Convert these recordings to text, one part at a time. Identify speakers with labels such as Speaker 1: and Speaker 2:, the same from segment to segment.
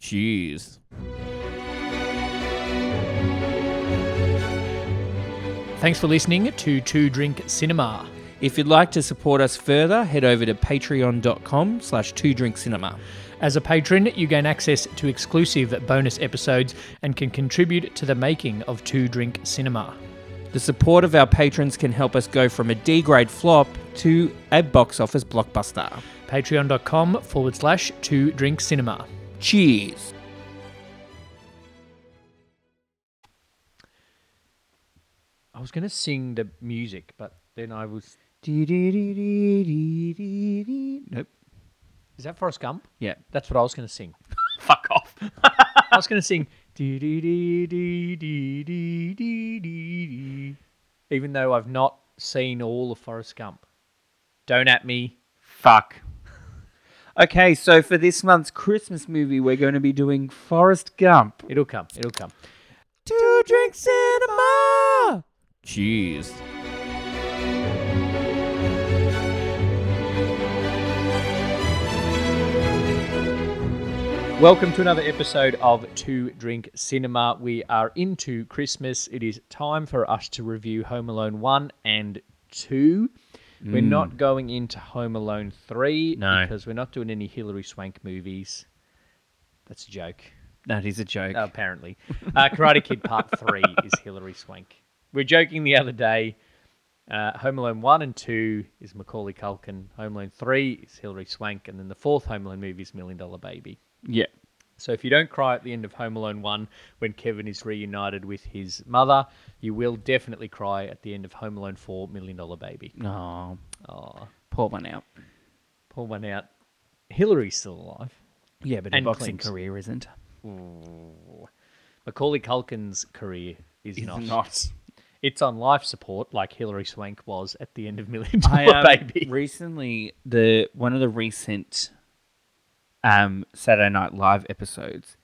Speaker 1: Jeez.
Speaker 2: Thanks for listening to Two Drink Cinema.
Speaker 1: If you'd like to support us further, head over to patreon.com slash two drink cinema.
Speaker 2: As a patron, you gain access to exclusive bonus episodes and can contribute to the making of Two Drink Cinema.
Speaker 1: The support of our patrons can help us go from a D grade flop to a box office blockbuster.
Speaker 2: Patreon.com forward slash Two Drink Cinema.
Speaker 1: Cheers.
Speaker 2: I was going to sing the music, but then I was.
Speaker 1: Nope.
Speaker 2: Is that Forrest Gump?
Speaker 1: Yeah.
Speaker 2: That's what I was going to sing. Fuck off. I was going to sing. "Dee-dee-dee-dee-dee-dee-dee-dee," Even though I've not seen all of Forrest Gump. Don't at me.
Speaker 1: Fuck. Okay, so for this month's Christmas movie, we're going to be doing Forrest Gump.
Speaker 2: It'll come. It'll come.
Speaker 1: Two drink cinema. Cheers.
Speaker 2: Welcome to another episode of Two Drink Cinema. We are into Christmas. It is time for us to review Home Alone 1 and 2. We're not going into Home Alone 3
Speaker 1: No.
Speaker 2: because we're not doing any Hillary Swank movies. That's a joke,
Speaker 1: That is a joke.
Speaker 2: apparently. Uh, Karate Kid Part 3 is Hillary Swank. We were joking the other day. Uh, Home Alone 1 and 2 is Macaulay Culkin. Home Alone 3 is Hillary Swank. And then the fourth Home Alone movie is Million Dollar Baby.
Speaker 1: yeah.
Speaker 2: So if you don't cry at the end of Home Alone 1 when Kevin is reunited with his mother, you will definitely cry at the end of Home Alone 4 Million Dollar Baby.
Speaker 1: Oh,
Speaker 2: Oh,
Speaker 1: pour one out.
Speaker 2: pull one out. Hillary's still alive.
Speaker 1: Yeah, but
Speaker 2: her
Speaker 1: her
Speaker 2: boxing
Speaker 1: boxing career isn't.
Speaker 2: Macaulay Culkin's career is not. It's on life support like Hillary Swank was at the end of Million
Speaker 1: I
Speaker 2: Dollar
Speaker 1: um,
Speaker 2: Baby.
Speaker 1: recently the one of the recent um, Saturday Night Live episodes.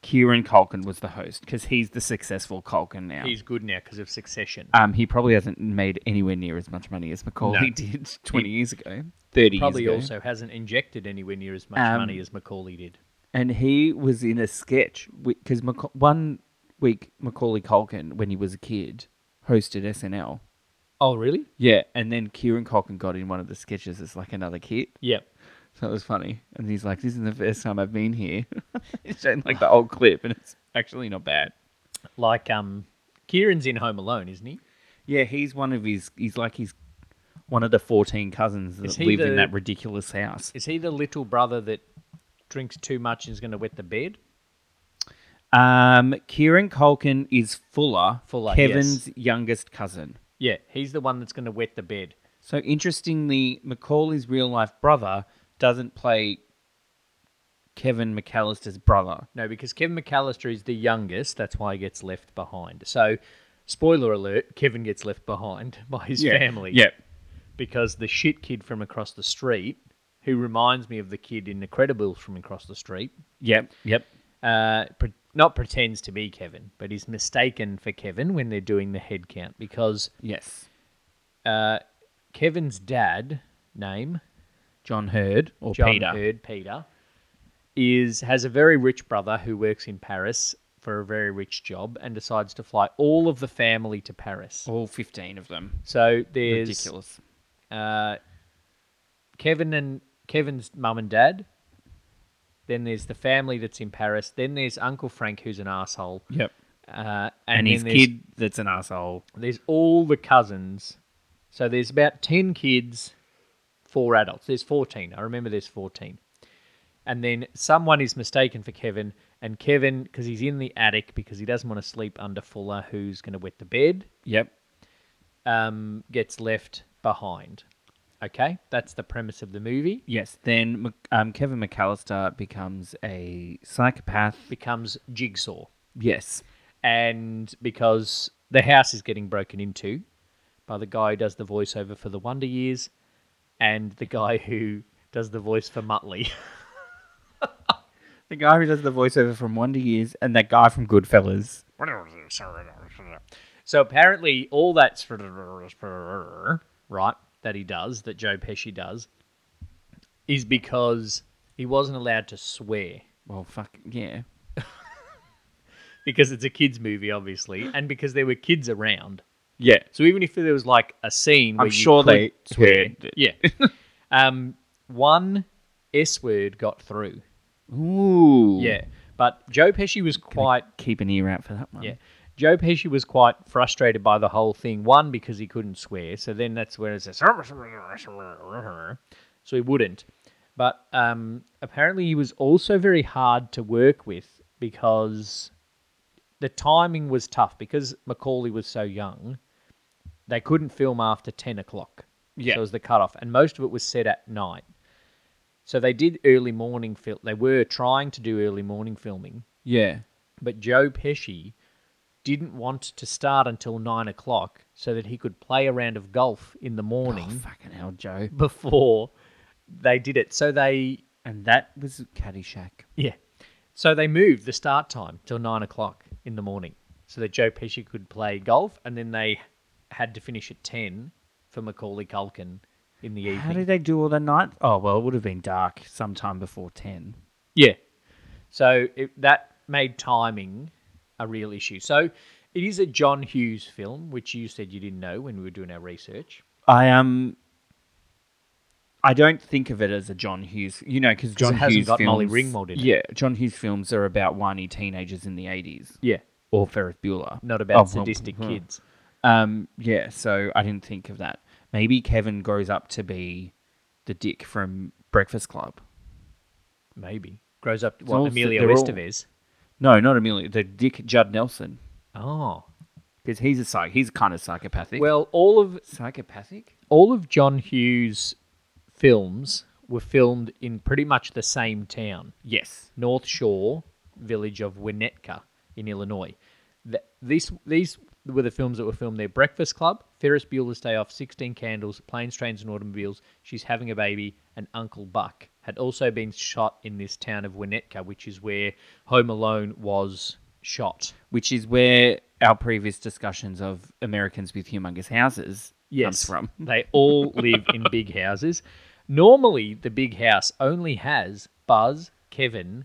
Speaker 1: Kieran Culkin was the host because he's the successful Culkin now.
Speaker 2: He's good now because of Succession.
Speaker 1: um, he probably hasn't made anywhere near as much money as Macaulay
Speaker 2: No.
Speaker 1: did twenty years ago, thirty
Speaker 2: Probably
Speaker 1: years ago.
Speaker 2: also hasn't injected anywhere near as much
Speaker 1: Um,
Speaker 2: money as Macaulay did.
Speaker 1: and he was in a sketch because Maca- one week Macaulay Culkin, when he was a kid, hosted SNL.
Speaker 2: Oh, really?
Speaker 1: Yeah, and then Kieran Culkin got in one of the sketches as like another kid.
Speaker 2: Yeah.
Speaker 1: So it was funny. And he's like, This is the first time I've been here. he's showing like the old clip and it's actually not bad.
Speaker 2: Like um, Kieran's in Home Alone, isn't he?
Speaker 1: Yeah, he's one of his he's like he's one of the fourteen cousins
Speaker 2: Is
Speaker 1: that
Speaker 2: he
Speaker 1: live
Speaker 2: the-
Speaker 1: in that ridiculous house.
Speaker 2: Is he the little brother that drinks too much and is going to wet the bed?
Speaker 1: Um Kieran Culkin is Fuller,
Speaker 2: Fuller,
Speaker 1: Kevin's youngest cousin.
Speaker 2: Yeah, he's the one that's going to wet the bed.
Speaker 1: So interestingly, Macaulay's real life brother doesn't play Kevin McAllister's brother.
Speaker 2: No, because Kevin McAllister is the youngest. That's why he gets left behind. So, spoiler alert: Kevin gets left behind by his family.
Speaker 1: Yeah.
Speaker 2: because the shit kid from across the street, who reminds me of the kid in The Credibles from across the street,
Speaker 1: Yep. Yep.
Speaker 2: uh, pre- not pretends to be Kevin, but is mistaken for Kevin when they're doing the head count because
Speaker 1: Yes.
Speaker 2: uh, Kevin's dad name
Speaker 1: John Hurd or
Speaker 2: John
Speaker 1: Peter.
Speaker 2: Hurd, Peter, is has a very rich brother who works in Paris for a very rich job and decides to fly all of the family to Paris.
Speaker 1: All fifteen of them.
Speaker 2: So there's
Speaker 1: Ridiculous.
Speaker 2: uh, Kevin and Kevin's mum and dad. Then there's the family that's in Paris. Then there's Uncle Frank, who's an asshole,
Speaker 1: Yep.
Speaker 2: uh,
Speaker 1: And,
Speaker 2: then
Speaker 1: his
Speaker 2: there's-
Speaker 1: kid that's an asshole.
Speaker 2: There's all the cousins. So there's about 10 kids, four adults. There's 14. I remember there's 14. And then someone is mistaken for Kevin. And Kevin, because he's in the attic because he doesn't want to sleep under Fuller, who's going to wet the bed,
Speaker 1: Yep.
Speaker 2: um, gets left behind. Okay? That's the premise of the movie.
Speaker 1: Yes. Then Mc- um, Kevin McAllister becomes a psychopath.
Speaker 2: Becomes Jigsaw.
Speaker 1: Yes.
Speaker 2: And because the house is getting broken into by the guy who does the voiceover for The Wonder Years and the guy who does the voice for Muttley.
Speaker 1: The guy who does the voiceover from Wonder Years and that guy from Goodfellas.
Speaker 2: So apparently, all that's right that he does, that Joe Pesci does, is because he wasn't allowed to swear
Speaker 1: Well, fuck yeah.
Speaker 2: because it's a kids movie, obviously, and because there were kids around.
Speaker 1: Yeah.
Speaker 2: So even if there was like a scene, where
Speaker 1: I'm
Speaker 2: you
Speaker 1: sure
Speaker 2: could
Speaker 1: they
Speaker 2: swear,
Speaker 1: heard it.
Speaker 2: yeah. um, one S word got through.
Speaker 1: Ooh.
Speaker 2: Yeah, but Joe Pesci was quite
Speaker 1: Keep an ear out for that one.
Speaker 2: yeah. Joe Pesci was quite frustrated by the whole thing. One because he couldn't swear, so then that's where it says so he wouldn't. But um, apparently he was also very hard to work with because the timing was tough because Macaulay was so young. They couldn't film after ten o'clock.
Speaker 1: Yeah.
Speaker 2: So it was the cutoff, and most of it was set at night. So they did early morning film. They were trying to do early morning filming,
Speaker 1: Yeah.
Speaker 2: but Joe Pesci didn't want to start until nine o'clock so that he could play a round of golf in the morning
Speaker 1: Oh, Fucking hell, Joe.
Speaker 2: before they did it. So they
Speaker 1: And that was Caddyshack.
Speaker 2: yeah, so they moved the start time till nine o'clock in the morning so that Joe Pesci could play golf, and then they had to finish at ten for Macaulay Culkin in the evening.
Speaker 1: How did they do all the night? Oh, well, it would have been dark sometime before 10.
Speaker 2: Yeah. So it, that made timing a real issue. So it is a John Hughes film, which you said you didn't know when we were doing our research.
Speaker 1: I Um, I don't think of it as a John Hughes, you know, because John
Speaker 2: it hasn't
Speaker 1: Hughes
Speaker 2: got
Speaker 1: films,
Speaker 2: Molly Ringwald in it.
Speaker 1: Yeah, John Hughes films are about whiny teenagers in the eighties,
Speaker 2: Yeah.
Speaker 1: or Ferris Bueller,
Speaker 2: Not
Speaker 1: Oh,
Speaker 2: about
Speaker 1: well,
Speaker 2: sadistic
Speaker 1: huh.
Speaker 2: kids.
Speaker 1: Um, yeah, so I didn't think of that. Maybe Kevin grows up to be the dick from Breakfast Club.
Speaker 2: Maybe. Grows up,
Speaker 1: all
Speaker 2: what,
Speaker 1: s-
Speaker 2: Emilio
Speaker 1: they're all-
Speaker 2: Estevez.
Speaker 1: No, not Amelia. The dick Judd Nelson,
Speaker 2: Oh.
Speaker 1: because he's a psych. He's kind of psychopathic.
Speaker 2: Well, all of
Speaker 1: psychopathic.
Speaker 2: all of John Hughes' films were filmed in pretty much the same town.
Speaker 1: Yes.
Speaker 2: North Shore village of Winnetka in Illinois. Th- these these were the films that were filmed there. Breakfast Club, Ferris Bueller's Day Off, Sixteen Candles, Planes, Trains and Automobiles, She's Having a Baby, and Uncle Buck had also been shot in this town of Winnetka, which is where Home Alone was shot.
Speaker 1: which is where our previous discussions of Americans with humongous houses comes from.
Speaker 2: they all live in big houses. Normally, the big house only has Buzz, Kevin,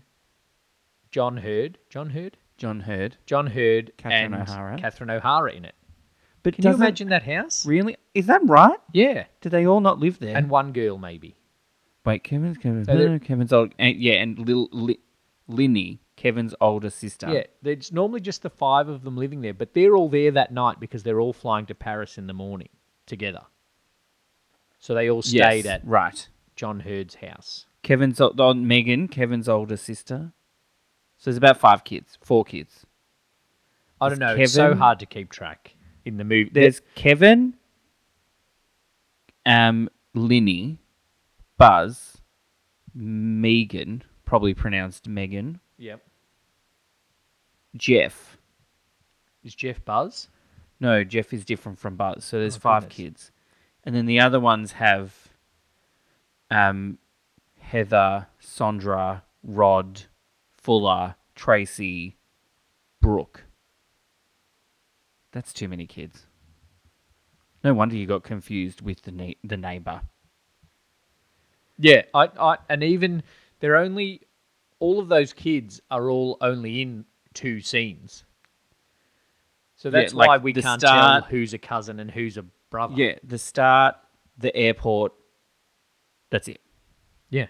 Speaker 2: John Hurd, John Hurd,
Speaker 1: John Hurd.
Speaker 2: John Hurd
Speaker 1: Catherine
Speaker 2: and
Speaker 1: O'Hara.
Speaker 2: Catherine O'Hara in it.
Speaker 1: But
Speaker 2: Can
Speaker 1: doesn't-
Speaker 2: you imagine that house?
Speaker 1: Really? Is that right?
Speaker 2: Yeah,
Speaker 1: Do they all not live there?
Speaker 2: and one girl maybe.
Speaker 1: wait, Kevin's Kevin's
Speaker 2: So they're-
Speaker 1: Kevin's old and, yeah, and little Li, Linny, Kevin's older sister.
Speaker 2: Yeah, there's normally just the five of them living there, but they're all there that night because they're all flying to Paris in the morning together. So they all stayed
Speaker 1: Yes,
Speaker 2: at
Speaker 1: right.
Speaker 2: John Hurd's house.
Speaker 1: Kevin's o- on Megan, Kevin's older sister. So there's about five kids, four kids.
Speaker 2: I
Speaker 1: There's
Speaker 2: don't know. It's so
Speaker 1: Kevin.
Speaker 2: hard to keep track in the movie.
Speaker 1: There's Kevin, um, Linny, Buzz, Megan, probably pronounced Megan,
Speaker 2: yep.
Speaker 1: Jeff.
Speaker 2: Is Jeff Buzz?
Speaker 1: No, Jeff is different from Buzz. So there's
Speaker 2: Oh,
Speaker 1: five
Speaker 2: goodness.
Speaker 1: kids. And then the other ones have um Heather, Sondra, Rod, Fuller, Tracy, Brooke. That's too many kids. No wonder you got confused with the ne- the neighbor.
Speaker 2: Yeah. I, I and even they're only all of those kids are all only in two scenes. So
Speaker 1: Yeah,
Speaker 2: that's
Speaker 1: like
Speaker 2: why we
Speaker 1: the
Speaker 2: can't
Speaker 1: start-
Speaker 2: tell who's a cousin and who's a brother.
Speaker 1: Yeah, the start, the airport. That's it.
Speaker 2: Yeah.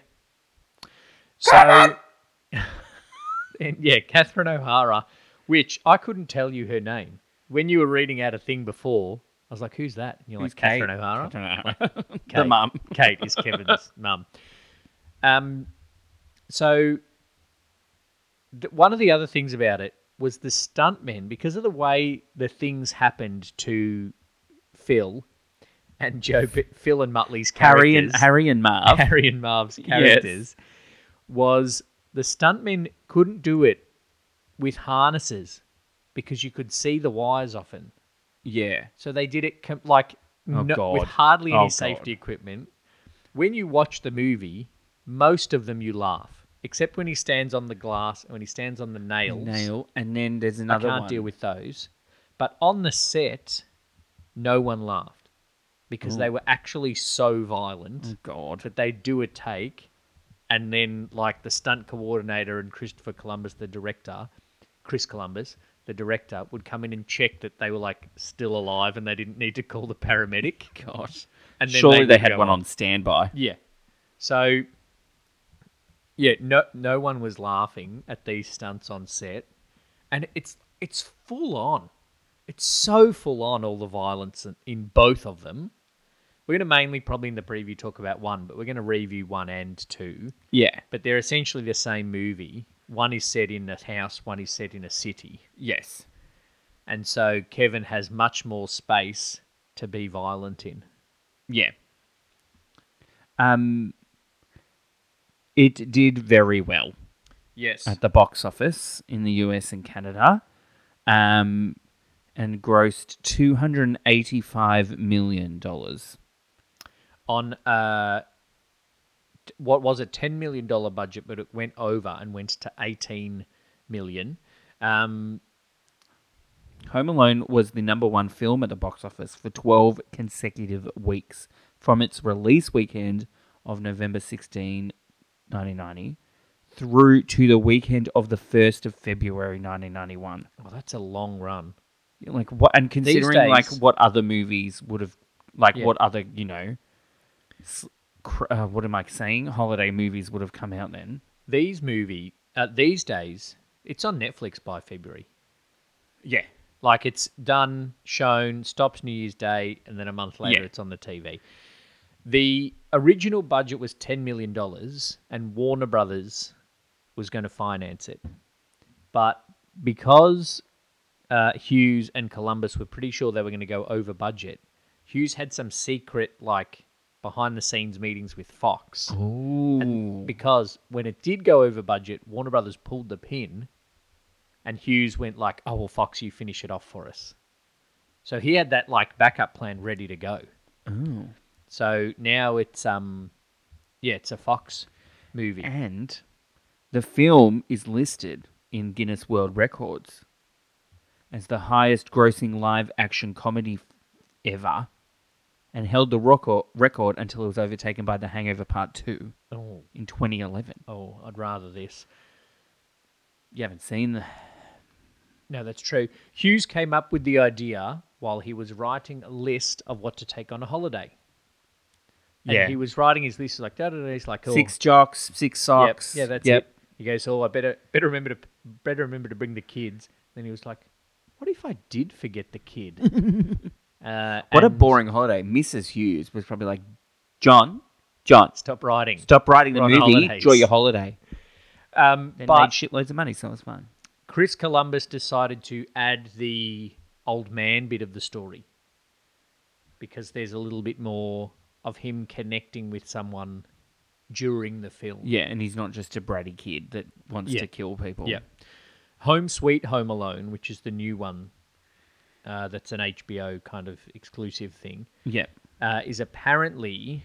Speaker 2: So, and yeah, Catherine O'Hara, which I couldn't tell you her name when you were reading out a thing before. I was like, "Who's that?" And you're like, "Catherine O'Hara."
Speaker 1: the
Speaker 2: Kate.
Speaker 1: mum.
Speaker 2: Kate is Kevin's mum. Um, so th- one of the other things about it was the stuntmen because of the way the things happened to Phil and Joe, P- Phil and Muttley's characters,
Speaker 1: Harry and Harry and Marv.
Speaker 2: Harry and Marv's characters, was the stuntmen couldn't do it with harnesses because you could see the wires often.
Speaker 1: Yeah.
Speaker 2: So they did it com- like
Speaker 1: Oh,
Speaker 2: no-
Speaker 1: God.
Speaker 2: with hardly
Speaker 1: Oh,
Speaker 2: any
Speaker 1: God.
Speaker 2: safety equipment. When you watch the movie, most of them you laugh, except when he stands on the glass and when he stands on the nails.
Speaker 1: nail, and then there's
Speaker 2: I
Speaker 1: another
Speaker 2: can't
Speaker 1: one.
Speaker 2: deal with those. But on the set, no one laughed because they were actually so violent
Speaker 1: Oh, God,
Speaker 2: that they do a take and then like the stunt coordinator and Christopher Columbus, the director, Chris Columbus, the director, would come in and check that they were like still alive and they didn't need to call the paramedic.
Speaker 1: Gosh.
Speaker 2: And then
Speaker 1: Surely they
Speaker 2: would
Speaker 1: had
Speaker 2: go
Speaker 1: one on standby.
Speaker 2: Yeah. So yeah, no no one was laughing at these stunts on set. And it's it's full on. It's so full on all the violence in- in both of them. We're going to mainly probably in the preview talk about one, but we're going to review one and two.
Speaker 1: Yeah.
Speaker 2: But they're essentially the same movie. One is set in a house, one is set in a city.
Speaker 1: Yes.
Speaker 2: And so Kevin has much more space to be violent in.
Speaker 1: Yeah. Um it did very well
Speaker 2: Yes.
Speaker 1: at the box office in the US and Canada. Um and grossed 285 million dollars.
Speaker 2: on uh t- what was a 10 million dollar budget but it went over and went to 18 million um
Speaker 1: Home Alone was the number 1 film at the box office for 12 consecutive weeks from its release weekend of November 16, 1990 through to the weekend of the 1st of February 1991.
Speaker 2: oh that's a long run
Speaker 1: like what and considering like
Speaker 2: days-
Speaker 1: what other movies would have like
Speaker 2: Yeah.
Speaker 1: what other you know s- cr- uh, what am i saying holiday movies would have come out then
Speaker 2: these movie uh, these days it's on netflix by february
Speaker 1: yeah
Speaker 2: like it's done shown stops new year's day and then a month later
Speaker 1: Yeah.
Speaker 2: it's on the tv the original budget was 10 million dollars and warner brothers was going to finance it but because uh, Hughes and Columbus were pretty sure they were going to go over budget. Hughes had some secret, like behind the scenes meetings with Fox
Speaker 1: Ooh.
Speaker 2: because when it did go over budget, Warner Brothers pulled the pin, and Hughes went like, "Oh well, Fox, you finish it off for us." So he had that like backup plan ready to go.
Speaker 1: Ooh.
Speaker 2: So now it's um, yeah, it's a Fox movie.
Speaker 1: and the film is listed in guinness world records as the highest grossing live action comedy f- ever and held the record, record until it was overtaken by the hangover part 2
Speaker 2: Oh,
Speaker 1: in 2011
Speaker 2: oh, I'd rather this.
Speaker 1: you haven't seen the
Speaker 2: No, that's true. Hughes came up with the idea while he was writing a list of what to take on a holiday. And
Speaker 1: Yeah.
Speaker 2: he was writing his list like da da da. He's like, oh,
Speaker 1: six jocks six
Speaker 2: Yep.
Speaker 1: socks
Speaker 2: Yeah, that's it. He goes, "Oh, I better better remember to better remember to bring the kids." Then he was like, "What if I did forget the kid?" uh,
Speaker 1: What a
Speaker 2: and
Speaker 1: boring holiday. Mrs. Hughes was probably like, John, John,
Speaker 2: stop writing.
Speaker 1: stop writing the
Speaker 2: We're on
Speaker 1: movie.
Speaker 2: holidays."
Speaker 1: Enjoy your holiday.
Speaker 2: Um,
Speaker 1: Then made
Speaker 2: but
Speaker 1: shitloads of money, so it was fun.
Speaker 2: Chris Columbus decided to add the old man bit of the story because there's a little bit more of him connecting with someone during the film.
Speaker 1: Yeah, and he's not just a bratty kid that wants
Speaker 2: Yeah.
Speaker 1: to kill people.
Speaker 2: Yeah. Home Sweet Home Alone, which is the new one. Uh, that's an HBO kind of exclusive thing.
Speaker 1: Yeah.
Speaker 2: uh, is apparently,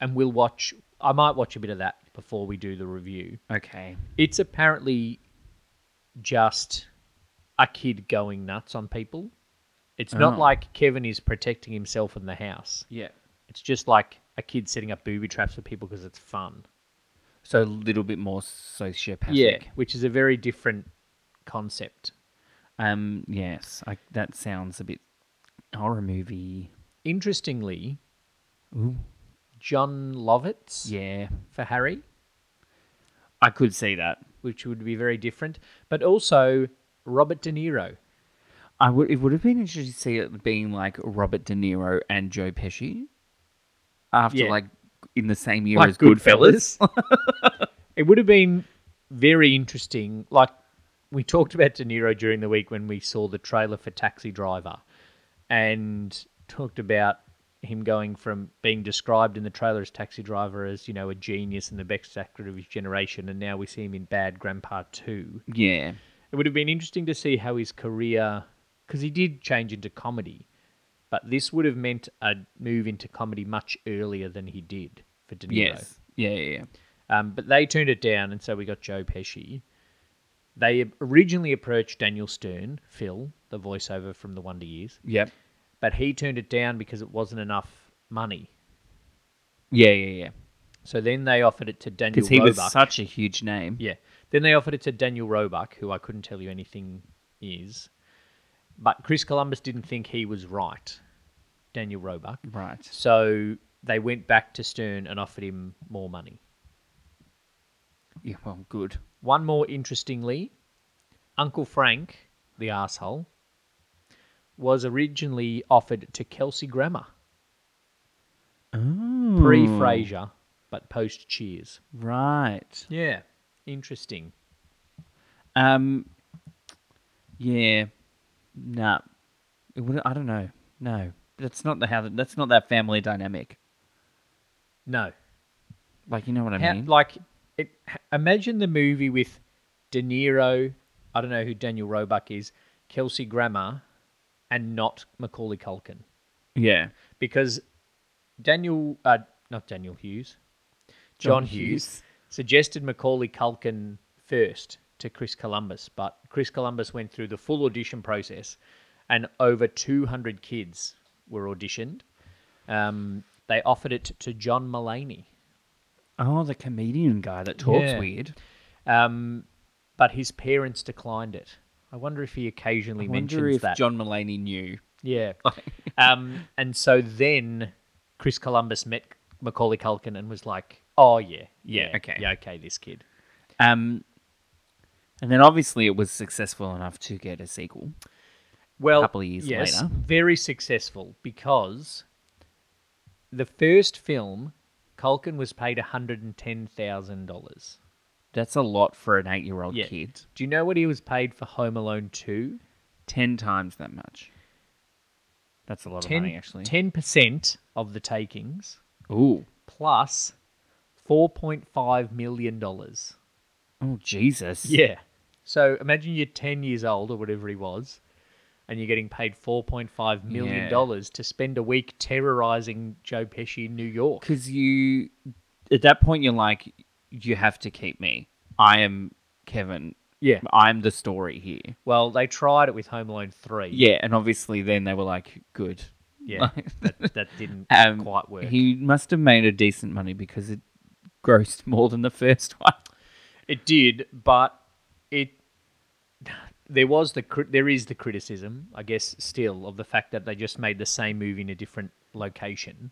Speaker 2: and we'll watch. I might watch a bit of that before we do the review.
Speaker 1: Okay.
Speaker 2: It's apparently just a kid going nuts on people. It's not
Speaker 1: Oh.
Speaker 2: like Kevin is protecting himself in the house.
Speaker 1: Yeah.
Speaker 2: It's just like a kid setting up booby traps for people because it's fun.
Speaker 1: So a little bit more sociopathic.
Speaker 2: which is a very different concept.
Speaker 1: Um, yes. I, that sounds a bit horror movie.
Speaker 2: Interestingly,
Speaker 1: Ooh.
Speaker 2: John Lovitz
Speaker 1: Yeah.
Speaker 2: for Harry.
Speaker 1: I could see that.
Speaker 2: which would be very different, but also Robert De Niro.
Speaker 1: I would. It would have been interesting to see it being like Robert De Niro and Joe Pesci, after
Speaker 2: Yeah.
Speaker 1: like in the same year
Speaker 2: Like
Speaker 1: as Goodfellas.
Speaker 2: It would have been very interesting. Like we talked about De Niro during the week when we saw the trailer for Taxi Driver and talked about him going from being described in the trailer as Taxi Driver as, you know, a genius and the best actor of his generation, and now we see him in Bad Grandpa 2.
Speaker 1: yeah,
Speaker 2: It would have been interesting to see how his career, because he did change into comedy, but this would have meant a move into comedy much earlier than he did for De Niro.
Speaker 1: yes, yeah, yeah, yeah.
Speaker 2: Um, but they turned it down, and so we got Joe Pesci. They originally approached Daniel Stern, Phil, the voiceover from The Wonder Years,
Speaker 1: Yep.
Speaker 2: but he turned it down because it wasn't enough money.
Speaker 1: yeah, yeah, yeah.
Speaker 2: So then they offered it to Daniel
Speaker 1: because he was
Speaker 2: Roebuck.
Speaker 1: such a huge name.
Speaker 2: Yeah. Then they offered it to Daniel Roebuck, who I couldn't tell you anything is. But Chris Columbus didn't think he was right, Daniel Roebuck.
Speaker 1: Right.
Speaker 2: So they went back to Stern and offered him more money.
Speaker 1: Yeah, well, good.
Speaker 2: One more interestingly, Uncle Frank, the asshole, was originally offered to Kelsey Grammer,
Speaker 1: Oh.
Speaker 2: pre Frasier, but post Cheers.
Speaker 1: Right.
Speaker 2: Hmm. Yeah. Interesting.
Speaker 1: Um. Yeah. Nah. It would. I don't know. No. That's not the how. That's not that family dynamic.
Speaker 2: No.
Speaker 1: Like you know what I
Speaker 2: How-
Speaker 1: mean.
Speaker 2: like, it, h- imagine the movie with De Niro. I don't know who Daniel Roebuck is, Kelsey Grammer, and not Macaulay Culkin,
Speaker 1: yeah.
Speaker 2: because Daniel, uh, not Daniel Hughes, John, Hughes, suggested Macaulay Culkin first to Chris Columbus, but Chris Columbus went through the full audition process, and over 200 kids were auditioned. Um, they offered it to John Mullaney.
Speaker 1: Oh, the comedian guy that talks
Speaker 2: Yeah.
Speaker 1: weird.
Speaker 2: Um, but his parents declined it. I wonder if he occasionally
Speaker 1: I wonder
Speaker 2: mentions
Speaker 1: if
Speaker 2: that.
Speaker 1: John Mulaney knew.
Speaker 2: yeah. um, and so then Chris Columbus met Macaulay Culkin and was like, "Oh yeah,
Speaker 1: Yeah, okay.
Speaker 2: yeah, okay, this kid."
Speaker 1: Um. And then obviously it was successful enough to get a sequel.
Speaker 2: Well,
Speaker 1: Couple of years
Speaker 2: yes,
Speaker 1: later.
Speaker 2: very successful because the first film, Culkin was paid one hundred and ten thousand dollars.
Speaker 1: That's a lot for an eight-year-old
Speaker 2: Yeah.
Speaker 1: kid.
Speaker 2: Do you know what he was paid for Home Alone Two?
Speaker 1: Ten times that much. That's a lot of money, actually.
Speaker 2: ten percent of the takings.
Speaker 1: Ooh.
Speaker 2: plus $4.5 million. dollars.
Speaker 1: Oh Jesus.
Speaker 2: Yeah. So imagine you're 10 years old or whatever he was, and you're getting paid $4.5 million
Speaker 1: Yeah.
Speaker 2: dollars to spend a week terrorizing Joe Pesci in New York.
Speaker 1: Because you, at that point, you're like, you have to keep me. I am Kevin.
Speaker 2: Yeah.
Speaker 1: I'm the story here.
Speaker 2: Well, they tried it with Home Alone 3.
Speaker 1: Yeah, and obviously then they were like, good.
Speaker 2: Yeah. that, that didn't
Speaker 1: Um,
Speaker 2: quite work.
Speaker 1: He must have made a decent money because it grossed more than the first one.
Speaker 2: It did, but it there was the cri- there is the criticism, I guess, still of the fact that they just made the same movie in a different location,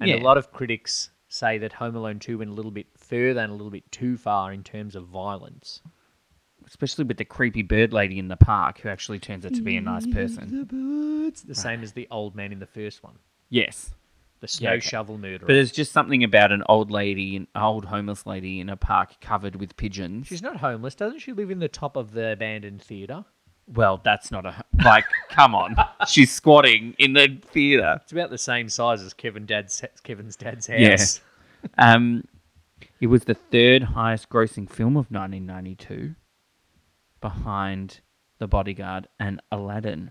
Speaker 2: and a
Speaker 1: Yeah.
Speaker 2: lot of critics say that Home Alone Two went a little bit further and a little bit too far in terms of violence.
Speaker 1: Especially with the creepy bird lady in the park who actually turns out to be a nice person.
Speaker 2: It's the same as the old man in the first one,
Speaker 1: Yes.
Speaker 2: the snow
Speaker 1: okay.
Speaker 2: shovel
Speaker 1: But
Speaker 2: murderer.
Speaker 1: there's just something about an old lady, an old homeless lady in a park covered with pigeons.
Speaker 2: She's not homeless, doesn't she? Live in the top of the abandoned theater.
Speaker 1: well, that's not a. Like, come on. She's squatting in the theatre.
Speaker 2: It's about the same size as Kevin Dad's Kevin's dad's house.
Speaker 1: Yeah. Um, it was the third highest grossing film of 1992 behind The Bodyguard and Aladdin.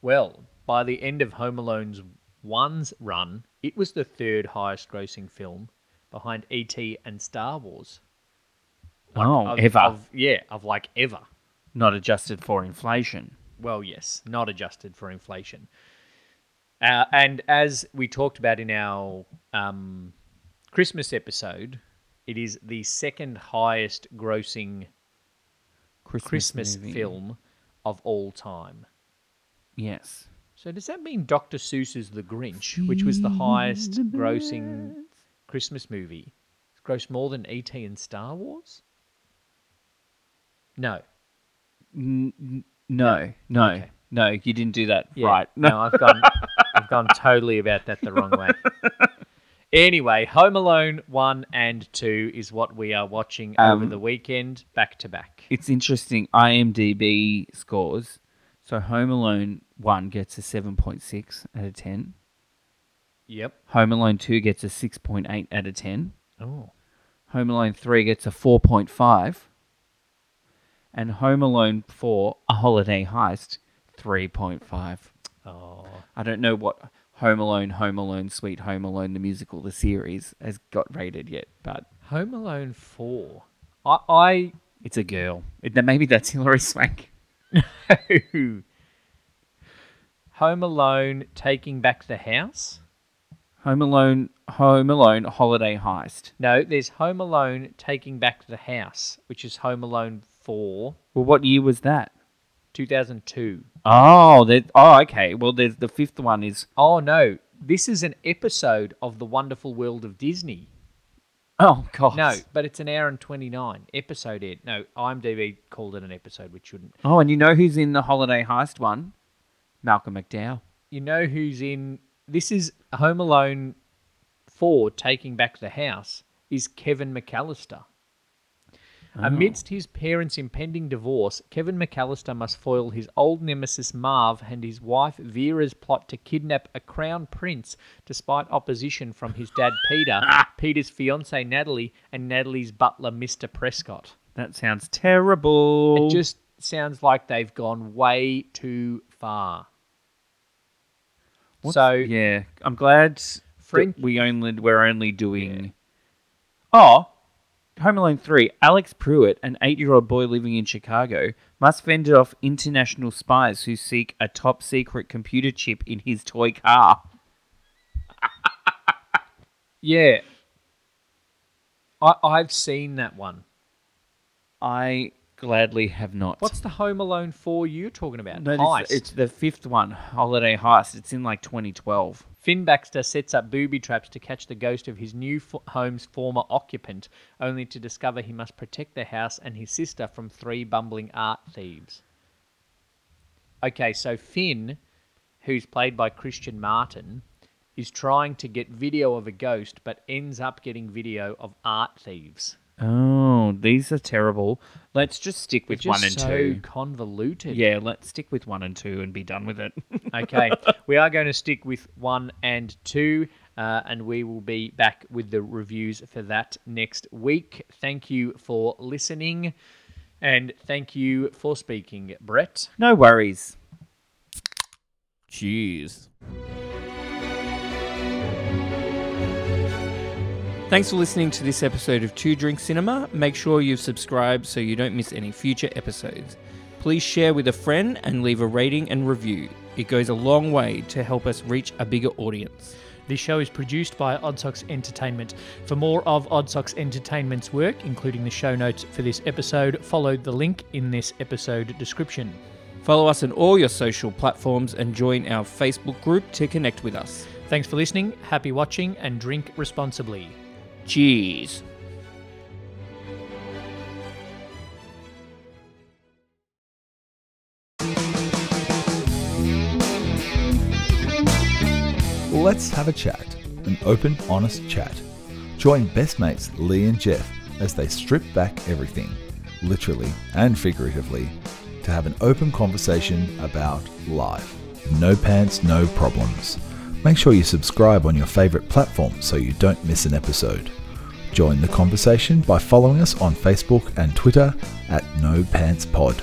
Speaker 2: Well, by the end of Home Alone's one's run, it was the third highest grossing film behind E.T. and Star Wars.
Speaker 1: oh,
Speaker 2: Of-
Speaker 1: ever.
Speaker 2: Of, yeah, of like ever.
Speaker 1: Not adjusted for inflation.
Speaker 2: Well, yes, not adjusted for inflation. Uh, and as we talked about in our um, Christmas episode, it is the second highest grossing
Speaker 1: Christmas,
Speaker 2: Christmas
Speaker 1: movie.
Speaker 2: film of all time.
Speaker 1: Yes.
Speaker 2: So does that mean Dr. Seuss's The Grinch, which was the highest grossing Christmas movie, it's grossed more than E.T. and Star Wars? No.
Speaker 1: N- n- no, no,
Speaker 2: Okay.
Speaker 1: no, you didn't do that
Speaker 2: Yeah.
Speaker 1: right.
Speaker 2: No, I've gone I've gone totally about that the wrong way. Anyway, Home Alone 1 and 2 is what we are watching over
Speaker 1: Um,
Speaker 2: the weekend back to back.
Speaker 1: It's interesting. IMDb scores. So Home Alone 1 gets a 7.6 out of 10.
Speaker 2: Yep.
Speaker 1: Home Alone 2 gets a 6.8 out of 10.
Speaker 2: Oh.
Speaker 1: Home Alone 3 gets a 4.5. And Home Alone 4, A Holiday Heist, 3.5.
Speaker 2: Oh.
Speaker 1: I don't know what Home Alone, Home Alone, Sweet Home Alone, the musical, the series, has got rated yet, but
Speaker 2: Home Alone 4. I I
Speaker 1: it's a girl. It- then Maybe that's Hilary Swank.
Speaker 2: Home Alone taking back the house.
Speaker 1: Home Alone, Home Alone, Holiday Heist.
Speaker 2: No, there's Home Alone Taking Back the House, which is Home Alone 4,
Speaker 1: Well, what year was that?
Speaker 2: 2002.
Speaker 1: Oh, that. Oh, okay. Well, there's the fifth one is.
Speaker 2: Oh, no. This is an episode of The Wonderful World of Disney.
Speaker 1: Oh God.
Speaker 2: No, but it's an hour and 29. Episode it. No, IMDb called it an episode, which shouldn't.
Speaker 1: Oh, and you know who's in the Holiday Heist one? Malcolm McDowell.
Speaker 2: You know who's in. This is Home Alone 4 Taking Back the House, is Kevin McAllister. Amidst his parents' impending divorce, Kevin McAllister must foil his old nemesis Marv and his wife Vera's plot to kidnap a crown prince despite opposition from his dad Peter, Peter's fiancee Natalie, and Natalie's butler Mr. Prescott.
Speaker 1: That sounds terrible.
Speaker 2: It just sounds like they've gone way too far.
Speaker 1: What's-
Speaker 2: so,
Speaker 1: yeah, I'm glad that
Speaker 2: French-
Speaker 1: we only we're only doing. Oh, Home Alone three. Alex Pruitt, an eight-year-old boy living in Chicago, must fend off international spies who seek a top-secret computer chip in his toy car.
Speaker 2: yeah. I, I've seen that one.
Speaker 1: I gladly have not.
Speaker 2: What's the Home Alone 4 you're talking about?
Speaker 1: no,
Speaker 2: Heist.
Speaker 1: this- It's the fifth one, Holiday Heist. It's in like 2012.
Speaker 2: Finn Baxter sets up booby traps to catch the ghost of his new fo- home's former occupant, only to discover he must protect the house and his sister from three bumbling art thieves. Okay, so Finn, who's played by Christian Martin, is trying to get video of a ghost but ends up getting video of art thieves.
Speaker 1: Oh, these are terrible. Let's just stick with
Speaker 2: Just
Speaker 1: one and
Speaker 2: so
Speaker 1: two.
Speaker 2: convoluted.
Speaker 1: Yeah, let's stick with one and two and be done with it.
Speaker 2: okay, we are going to stick with one and two, uh, and we will be back with the reviews for that next week. Thank you for listening, and thank you for speaking, Brett.
Speaker 1: no worries.
Speaker 3: Cheers.
Speaker 1: Thanks for listening to this episode of Two Drink Cinema. Make sure you've subscribed so you don't miss any future episodes. Please share with a friend and leave a rating and review. It goes a long way to help us reach a bigger audience.
Speaker 4: This show is produced by Oddsox Entertainment. For more of Oddsox Entertainment's work, including the show notes for this episode, follow the link in this episode description.
Speaker 1: Follow us on all your social platforms and join our Facebook group to connect with us.
Speaker 4: Thanks for listening, happy watching, and drink responsibly.
Speaker 1: Cheers.
Speaker 5: Let's have a chat. An open, honest chat. Join best mates Lee and Jeff as they strip back everything, literally and figuratively, to have an open conversation about life. No pants, no problems. Make sure you subscribe on your favourite platform so you don't miss an episode. Join the conversation by following us on Facebook and Twitter at No Pants Pod.